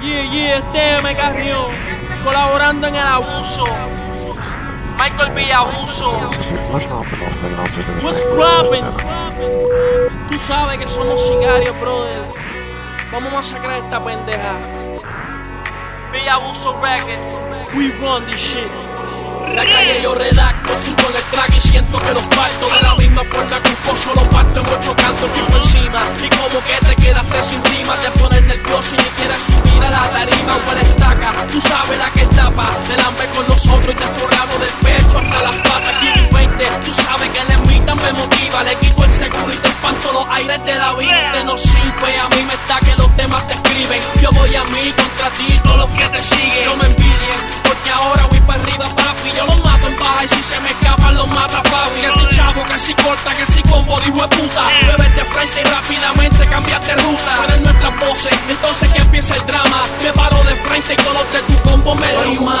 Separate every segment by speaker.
Speaker 1: Yeah, yeah, este me carrió. Colaborando en el abuso. Michael Villabuso. What's poppin'? Tú sabes que somos sicarios, brother. Vamos a masacrar esta pendeja. Villabuso Records. We run this shit. La calle yo redacto, subo en el track y siento que los parto De la misma forma que un pozo lo parto en ocho cantos tipo encima Y como que te quedas fresco encima, te pones nervioso y ni quieres subir a la tarima o a la estaca Tú sabes la que tapa, te lambe con nosotros y te forramos del pecho hasta las patas Kiri 20, tú sabes que la mitad me motiva Le quito el seguro y te espanto los aires de la vida Te no sirve, a mí me está que los temas te escriben Yo voy a mí contra ti y todos los que te siguen No me envidien, porque ahora voy para arriba papi Yo los mato en baja y si se me escapan los mata Fabi Que si chavo, que si corta, que si combo, dijo de puta Bebes de frente y rápidamente cambiaste ruta Ponen nuestras voces, entonces que empieza el drama Me paro de frente y todos los de tu combo me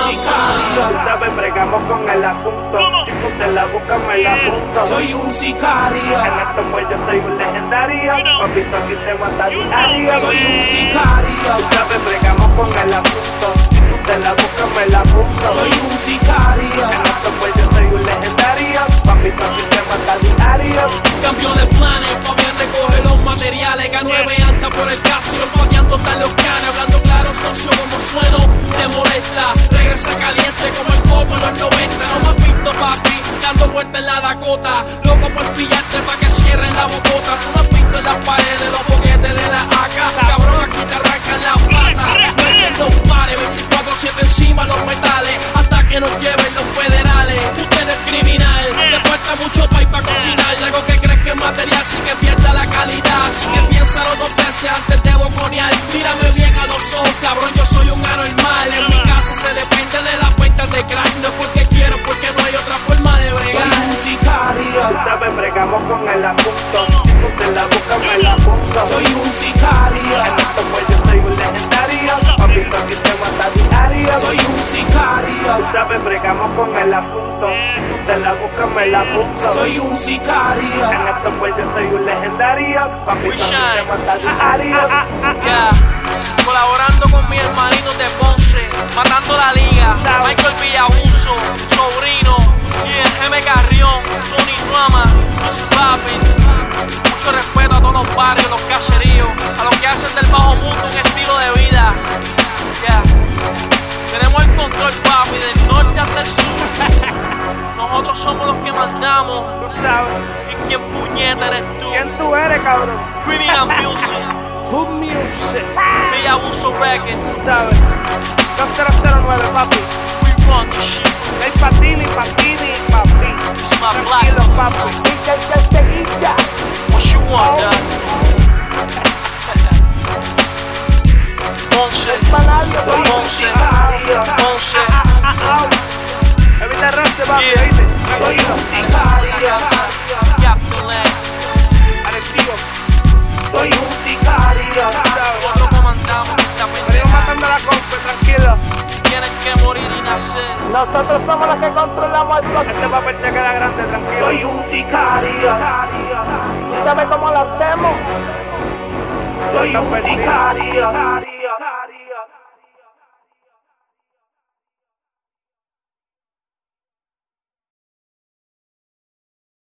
Speaker 1: riman
Speaker 2: Tú sabes, bregamos con el asunto. Si usted la busca, me la apunto.
Speaker 1: Soy un sicario
Speaker 2: En estos muelles soy un legendario. Papito, aquí se mata diario.
Speaker 1: Soy un
Speaker 2: Tú
Speaker 1: sicario
Speaker 2: sabes, bregamos con el asunto. Si usted la busca, me la apunto.
Speaker 1: Soy un sicario
Speaker 2: En estos muelles soy un legendario. Papito, aquí se mata diario.
Speaker 1: Cambio de planes, Fabián recoge los materiales Ganó nueve anda por el casio, Fabián está en los canes Hablando claro, socio, como sueno, te molesta Regresa caliente como el copo en los 90 No me has visto, papi, dando vueltas en la Dakota Loco por pillarte pa' que cierren la bocota Tú no has visto en las paredes los boquetes de la AK Cabrón, aquí te arrancan las patas No hay quien nos pare, 24-7 encima los metales Hasta que nos lleven los federales Usted es criminal, te falta mucho país pa' cocinar Algo que crees que es material, sí que pierda la calidad Así que piénsalo dos veces antes de boconear Mírame bien a los ojos, cabrón, yo soy un anormal En mi casa se depende de las ventas de crack No es porque quiero, porque no hay otra forma de bregar
Speaker 2: Tú sabes, bregamos con el asunto. Si usted la busca, me la apunto.
Speaker 1: Soy un sicario,
Speaker 2: En estos muelles pues soy un legendario. Papito, aquí se mata diario.
Speaker 1: soy un sicario
Speaker 2: Tú sabes, bregamos con el asunto. Si usted la busca, me la apunto.
Speaker 1: Soy un sicario
Speaker 2: En estos muelles soy un legendario. Papito,
Speaker 1: We
Speaker 2: aquí se
Speaker 1: shine.
Speaker 2: mata diario.
Speaker 1: Ya, colaborando con mi hermanito de Ponce, matando la liga, Michael Villabuso, sobrino, y el GM Carrión, Tony Rama, los papis. Mucho respeto a todos los barrios, los caseríos, a los que hacen del bajo mundo un estilo de vida. Ya, tenemos el control, papi, del norte hasta el sur. Nosotros somos los que mandamos,
Speaker 2: Tú sabes
Speaker 1: y quien puñeta eres tú.
Speaker 2: quién tú eres, cabrón.
Speaker 1: Criminal Music,
Speaker 2: Who Music.
Speaker 1: Villabuso Records.
Speaker 2: Tú sabes. 2009, papi.
Speaker 1: We run this shit.
Speaker 2: Ey, Patini, Patini, papi.
Speaker 1: It's my black.
Speaker 2: Tranquilo, papi. Guilla, guilla, guilla.
Speaker 1: What you want, dog? Ponce,
Speaker 2: Paladio, papi.
Speaker 1: Ponce,
Speaker 2: Paladio.
Speaker 1: Ponce.
Speaker 2: Ah, ah, ah, ah. Evita el rap, papi,
Speaker 1: Yeah.
Speaker 2: ¿oíste? Soy un sicario.
Speaker 1: Captain Land.
Speaker 2: Arecibo. Soy un sicario. Tú
Speaker 1: Nosotros
Speaker 2: sabes.
Speaker 1: comandamos esta
Speaker 2: Venimos
Speaker 1: pendeja.
Speaker 2: matando la compa, tranquilo.
Speaker 1: Tienen que morir y nacer.
Speaker 2: Nosotros somos los que controlamos el bloque. Este papel te queda grande, tranquilo. Soy un sicario.